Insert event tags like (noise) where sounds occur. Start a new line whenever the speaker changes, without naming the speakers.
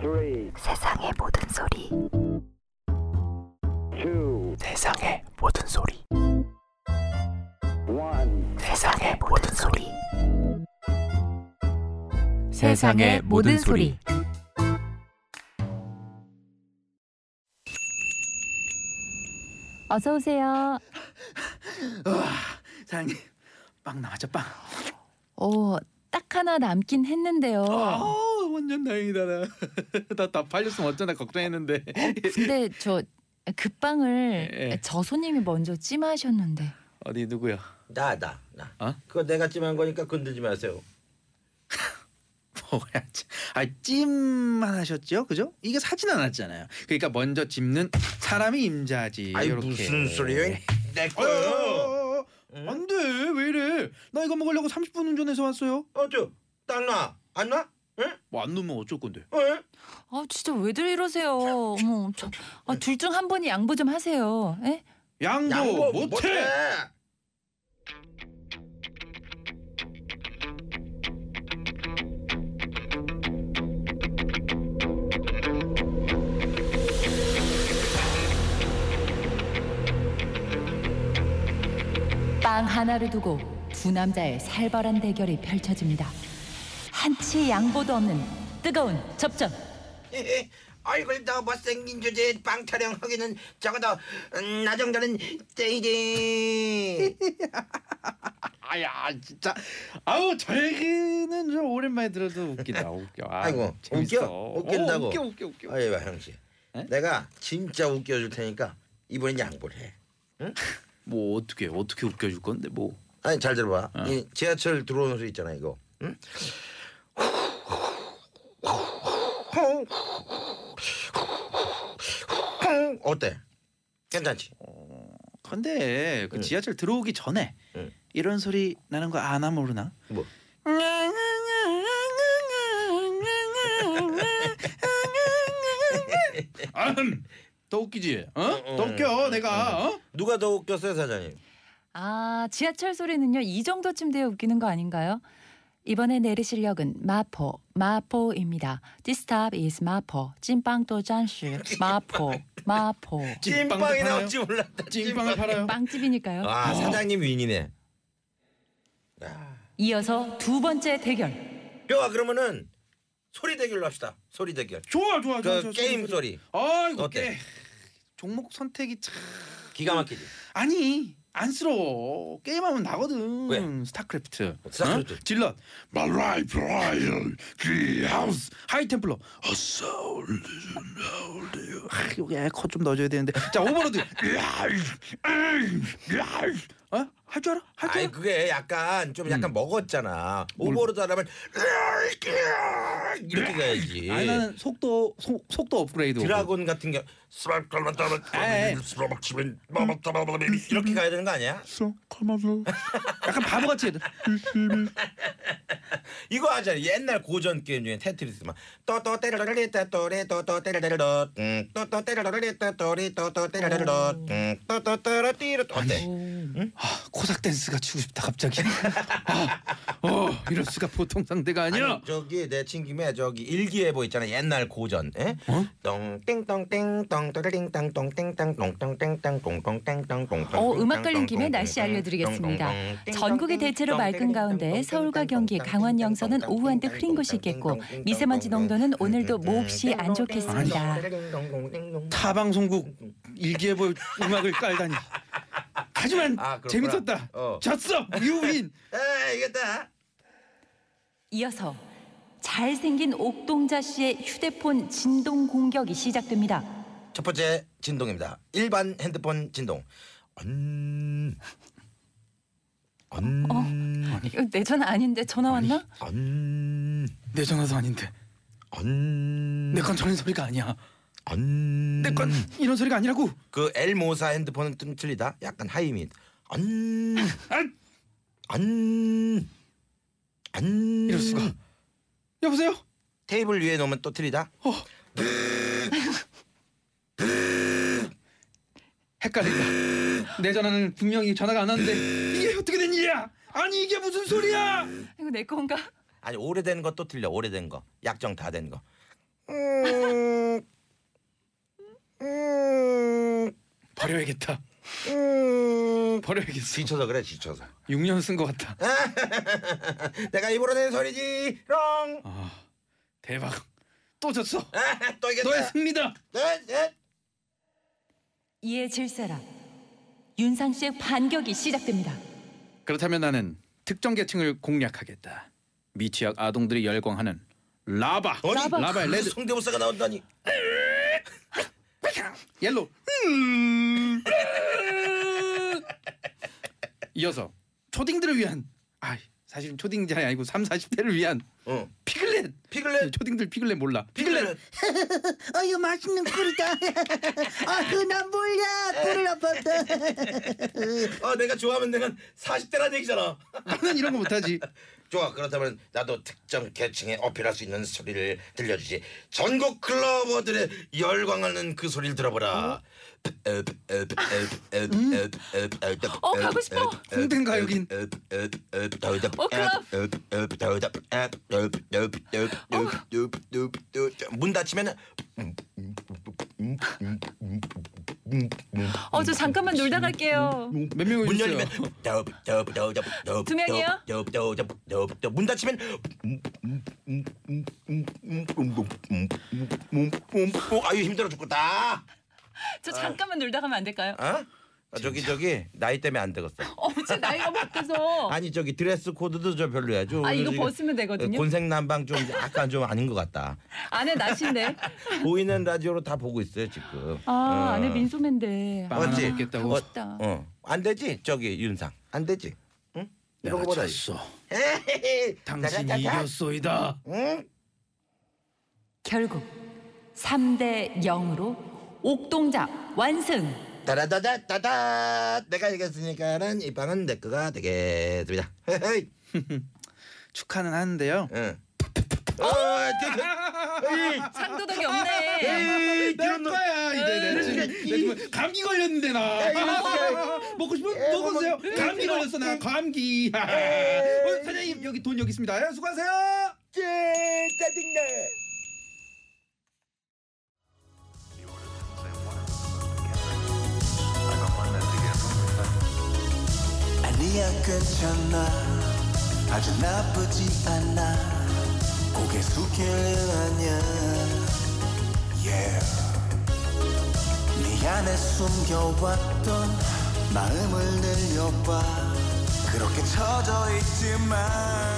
three,
세상의 모든 소리
two,
세상의 모든 소리
one.
세상의 모든 소리
세상의 모든 소리.
어서 오세요.
사장님 (laughs) 빵 나왔죠 빵.
오, 어, 딱 하나 남긴 했는데요.
아 완전 다행이다 나. (laughs) 나다 팔렸으면 어쩌나 걱정했는데.
근데 저 그 빵을
예, 예.
저 손님이 먼저 찜하셨는데.
어디 누구야?
나, 나, 나.
어?
그거 내가 찜한 거니까 건들지 마세요.
뭐야? 찜. 아 찜만 하셨죠, 그죠? 이게 사진 안 왔잖아요. 그러니까 먼저 짚는 예, 사람이 임자지.
아이
요렇게.
무슨 소리예요? 내
어, 어,
거요.
어, 어, 어. 안 돼, 왜 이래? 나 이거 먹으려고 30분 운전해서 왔어요.
어저, 나 나, 안 나? 응?
뭐 안 놓으면 어쩔 건데?
응?
아, 진짜 왜들 이러세요? 어머, 참. 아, 둘 중 한 분이 양보 좀 하세요. 예?
양보,
양보
못해.
못해.
빵 하나를 두고 두 남자의 살벌한 대결이 펼쳐집니다. 한치 양보도 없는 뜨거운 접전.
에헤, 얼굴 더 못생긴 주제에 빵 타령하기는 적어도 음, 나 정도는 떼이지.
(laughs) 아야, 진짜. 아우 저 얘기는 좀 오랜만에 들어도 웃기다, 웃겨. 아,
아이고,
재밌어.
웃겨? 웃긴다고?
어, 웃겨, 웃겨, 웃겨.
아이 봐 형씨,
에?
내가 진짜 웃겨줄 테니까 이번엔 양보를 해.
뭐 어떻게 어떻게 웃겨줄 건데 뭐.
아니 잘 들어봐. 이 지하철 들어오는 소리 있잖아 이거. 응? 어때? 괜찮지?
근데 그 지하철 들어오기 전에
응.
이런 소리 나는 거 아나 모르나?
뭐?
아흠, 더 웃기지? 어?
응,
더 웃겨 내가 어?
누가 더 웃겼어요 사장님?
아, 지하철 소리는요. 이 정도쯤 돼야 웃기는 거 아닌가요? 이번에 내리실 역은 마포, 마포입니다. This stop is 마포. 찐빵도 잔시. 마포, 마포.
찐빵도
찐빵이
팔아요?
나올지 몰랐다.
찐빵을 팔아요.
빵집이니까요.
아 사장님 윈이네.
이어서 두 번째 대결.
뼈아 그러면은 소리 대결로 합시다. 소리 대결.
좋아 좋아 좋아.
그
좋아,
게임
좋아.
소리
아이고
어때?
게 종목 선택이 참
기가 막히지.
아니 안쓰러워 게임하면 나거든
왜?
스타크래프트
스타크래프트.
어? 질럿 말라이 브라이언 그리하우스 하이템플러 어서울 아, 여기 에코 좀 넣어줘야 되는데 자
(laughs)
오버로드 어? 할 줄 알아?
아이
할 음. 줄 알아?
그게 약간 좀 약간 먹었잖아. 오버로드 하려면 이렇게 가야지.
아니 나는 속도 속, 속도 업그레이드
드라곤 같은 경우
에이.
이렇게 가야 되는 거 아니야?
약간 바보같이 해도
이거 하자 옛날 고전 게임 중에 테트리스 막 또또 때려라리따 또리 또또 때려라리따 또또 때려라리따 또리 또또 때려라리따 음, 또또 때려띠르
네.
어때?
아, 코삭 댄스가 추고 싶다 갑자기 아, 어 이럴 수가 보통 상대가 아니야
아니, 저기 내 친김에 저기 일기예보 있잖아 옛날 고전 예?
어?
똥땡똥땡똥 또르링땅 똥땡땅 똥똥땡땅 똥똥땡땅 똥똥
어, 음악 걸린 김에 날씨 알려드리겠습니다. 전국이 대체로 맑은 가운데 서울과 경기, 강원 영서는 오후 한때 흐린 곳이 있겠고 미세먼지 농도는 오늘도 몹시 안 좋겠습니다.
타방송국 일기예보 음악을 깔다니. 하지만
아, 그렇구나.
재밌었다.
어.
졌어 유빈.
에 이겼다.
이어서 잘생긴 옥동자 씨의 휴대폰 진동 공격이 시작됩니다.
첫 번째 진동입니다. 일반 핸드폰 진동. 언.
어,
언.
이거 내 전화 아닌데 전화 왔나?
언.
내 전화도 아닌데
언.
내 건 저런 소리가 아니야.
언.
내 건 이런 소리가 아니라고.
그 L 모사 핸드폰은 좀 틀리다. 약간 하이 밋. 언.
안
언. 언.
이럴 수가. 여보세요. 어.
테이블 위에 놓으면 또 틀리다.
헷갈린다. 내 전화는 분명히 전화가 안 왔는데 이게 어떻게 된 일이야? 아니 이게 무슨 소리야?
이거 내 건가?
아니 오래된 것도 틀려. 오래된 거. 약정 다 된 거. 음, 음,
버려야겠다.
음.
버려야겠어.
지쳐서 그래 지쳐서
6년 쓴 것 같다.
내가 입으로 낸 소리지 롱 (laughs)
아 대박. 또 졌어.
아, 또
너의
이겼다 네,
승리다.
넷, 넷.
이에 질세라. 윤상 씨의 반격이 시작됩니다.
그렇다면 나는 특정 계층을 공략하겠다. 미취학 아동들이 열광하는 라바.
어디?
라바의
그 (laughs)
레드
성대모사가 나온다니
옐로. 음. 이어서 초딩들을 위한 아 사실 초딩자이 아니고 3, 40대를 위한
어.
피글렛.
피글렛
초딩들 피글렛 몰라.
피글렛
아 이거 맛있는 꿀이다. 아 그난 몰라 꿀을 아팠다.
아 내가 좋아하면 내가 40대란 얘기잖아
나는 이런 거 못하지.
좋아 그렇다면 나도 특정 계층에 어필할 수 있는 소리를 들려주지 전국 클로버들의 열광하는 그 소리를 들어보라 음.
어, 가고 싶어.
홍대인가, 여긴?
어, 클럽.
문 닫히면
어, 저 잠깐만 놀다 갈게요.
몇 명이
문
있어요?
열리면
두 명이요?
문 닫히면 아유 힘들어 죽겠다.
저 잠깐만 놀다 가면 안 될까요?
어? 아, 저기 저기 나이 때문에 안 되겠어.
(laughs) 어, 제 나이가 먹어서.
(laughs) 아니 저기 드레스 코드도 좀 별로야. 좀
아, 이거
지금
벗으면 되거든요.
곤색 난방 좀 약간 좀 아닌 것 같다.
안에
(laughs)
나신데.
보이는 라디오로 다 보고 있어요 지금.
아,
어.
안에 민소맨데.
빵
어찌?
하나 먹겠다고.
어, 싶다.
어. 안 되지 저기 윤상 안 되지. 응? 이런
내가
거보다
졌어.
에헤헤.
당신이
짜자자자.
이겼소이다.
응?
결국 3대 0으로 옥동자 완승.
따라다다다다 내가 이겼으니까는 이 방은 내 거가 되겠습니다. 헤헤이.
축하는 하는데요.
응. 어, 뒤로,
상도덕이
예,
없네.
에이, 뒤로 놓-
거야 이제 내 지금 감기 걸렸는데 나 (laughs) 먹고 싶으면 예, 먹으세요 감기 걸렸어 예. 나 감기 (laughs) 어, 사장님 여기 돈 여기 있습니다 예, 수고하세요
예, 짜증나.
아니야 괜찮아 아주 나쁘지 않아 고개 숙일은 아냐 yeah. 네 안에 숨겨왔던 마음을 늘려봐 그렇게 처져 있지만